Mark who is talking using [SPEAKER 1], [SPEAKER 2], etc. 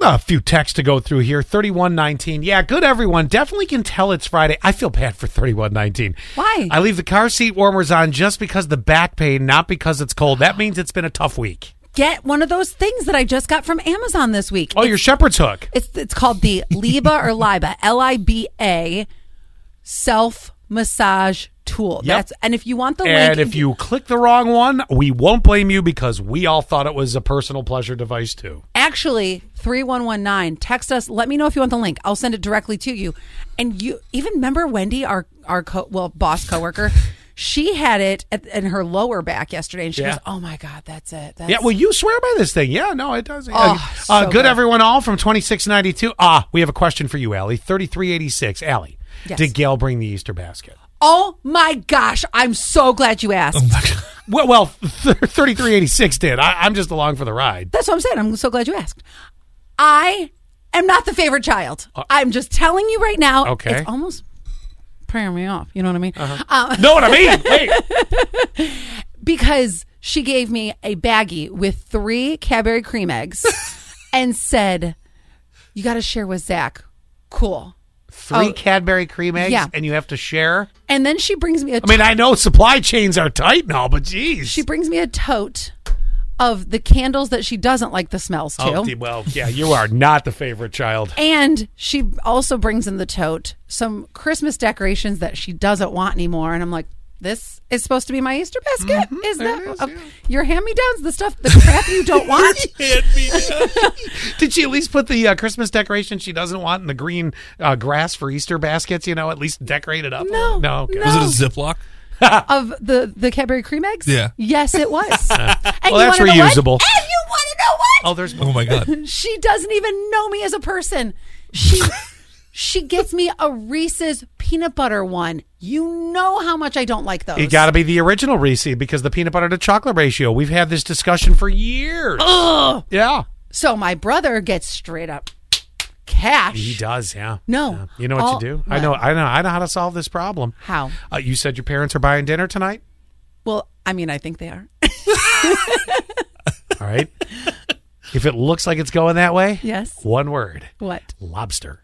[SPEAKER 1] a few texts to go through here. 3119. Yeah, good everyone. Definitely can tell it's Friday. I feel bad for 3119.
[SPEAKER 2] Why?
[SPEAKER 1] I leave the car seat warmers on just because the back pain, not because it's cold. That means it's been a tough week.
[SPEAKER 2] Get one of those things that I just got from Amazon this week.
[SPEAKER 1] Oh, your shepherd's hook.
[SPEAKER 2] It's it's called the Liba or Liba L I B A self massage tool.
[SPEAKER 1] Yep.
[SPEAKER 2] That's and if you want the link,
[SPEAKER 1] And if you click the wrong one, we won't blame you because we all thought it was a personal pleasure device too.
[SPEAKER 2] actually 3119 text us let me know if you want the link i'll send it directly to you and you even remember wendy our our co- well boss coworker she had it at, in her lower back yesterday and she
[SPEAKER 1] Yeah.
[SPEAKER 2] goes oh my god that's it that's
[SPEAKER 1] Yeah, well, you swear by this thing. Yeah, no, it does.
[SPEAKER 2] Oh,
[SPEAKER 1] uh,
[SPEAKER 2] so
[SPEAKER 1] uh, good,
[SPEAKER 2] good.
[SPEAKER 1] everyone, all from 2692. Ah, we have a question for you, Allie. 3386. Allie,
[SPEAKER 2] Yes.
[SPEAKER 1] did Gail bring the Easter basket?
[SPEAKER 2] oh my gosh i'm so glad you asked
[SPEAKER 1] Well, well th- 3386 did. I- I'm just along for the ride.
[SPEAKER 2] that's what i'm saying i'm so glad you asked i am not the favorite child i'm just telling you right now
[SPEAKER 1] Uh, Okay. Uh-huh.
[SPEAKER 2] it's almost praying me off you know what i mean Uh,
[SPEAKER 1] Know what I mean? Wait.
[SPEAKER 2] because she gave me a baggie with three Cadbury cream eggs and said, "You got to share with Zach." Cool.
[SPEAKER 1] Three
[SPEAKER 2] Oh.
[SPEAKER 1] Cadbury cream eggs,
[SPEAKER 2] Yeah.
[SPEAKER 1] and you have to share.
[SPEAKER 2] And then she brings me a
[SPEAKER 1] I mean, I know supply chains are tight and all, but geez.
[SPEAKER 2] she brings me a tote of the candles that she doesn't like the smells to.
[SPEAKER 1] oh, d- well, yeah, you are not the favorite child.
[SPEAKER 2] and she also brings in the tote some Christmas decorations that she doesn't want anymore. And I'm like, this is supposed to be my Easter basket. is
[SPEAKER 1] Mm-hmm. there
[SPEAKER 2] that
[SPEAKER 1] it is,
[SPEAKER 2] uh,
[SPEAKER 1] yeah.
[SPEAKER 2] your hand me downs? The stuff, the crap you don't want.
[SPEAKER 1] Did she at least put the uh, Christmas decoration she doesn't want in the green uh, grass for Easter baskets? You know, at least decorate it up.
[SPEAKER 2] No,
[SPEAKER 1] no, okay.
[SPEAKER 2] no.
[SPEAKER 1] Was
[SPEAKER 3] Was
[SPEAKER 1] it-
[SPEAKER 3] it a Ziploc?
[SPEAKER 2] of the the Cadbury cream eggs?
[SPEAKER 3] Yeah.
[SPEAKER 2] Yes, it was. and
[SPEAKER 1] Well, that's
[SPEAKER 2] wanna know what?
[SPEAKER 1] reusable.
[SPEAKER 2] And you want to know what?
[SPEAKER 1] Oh, there's
[SPEAKER 3] Oh my god!
[SPEAKER 2] She doesn't even know me as a person. She she gets me a Reese's peanut butter one. You know how much I don't like those.
[SPEAKER 1] It got to be the original Reese because the peanut butter to chocolate ratio. We've had this discussion for years. Yeah,
[SPEAKER 2] so my brother gets straight up cash.
[SPEAKER 1] he does. Yeah.
[SPEAKER 2] No.
[SPEAKER 1] Yeah. You know what
[SPEAKER 2] Oh. All-
[SPEAKER 1] you do? I know. I know. I know how to solve this problem.
[SPEAKER 2] How?
[SPEAKER 1] Uh, you said your parents are buying dinner tonight.
[SPEAKER 2] Well, I mean, I think they are.
[SPEAKER 1] All right. if it looks like it's going that way,
[SPEAKER 2] Yes.
[SPEAKER 1] One word:
[SPEAKER 2] What?
[SPEAKER 1] lobster.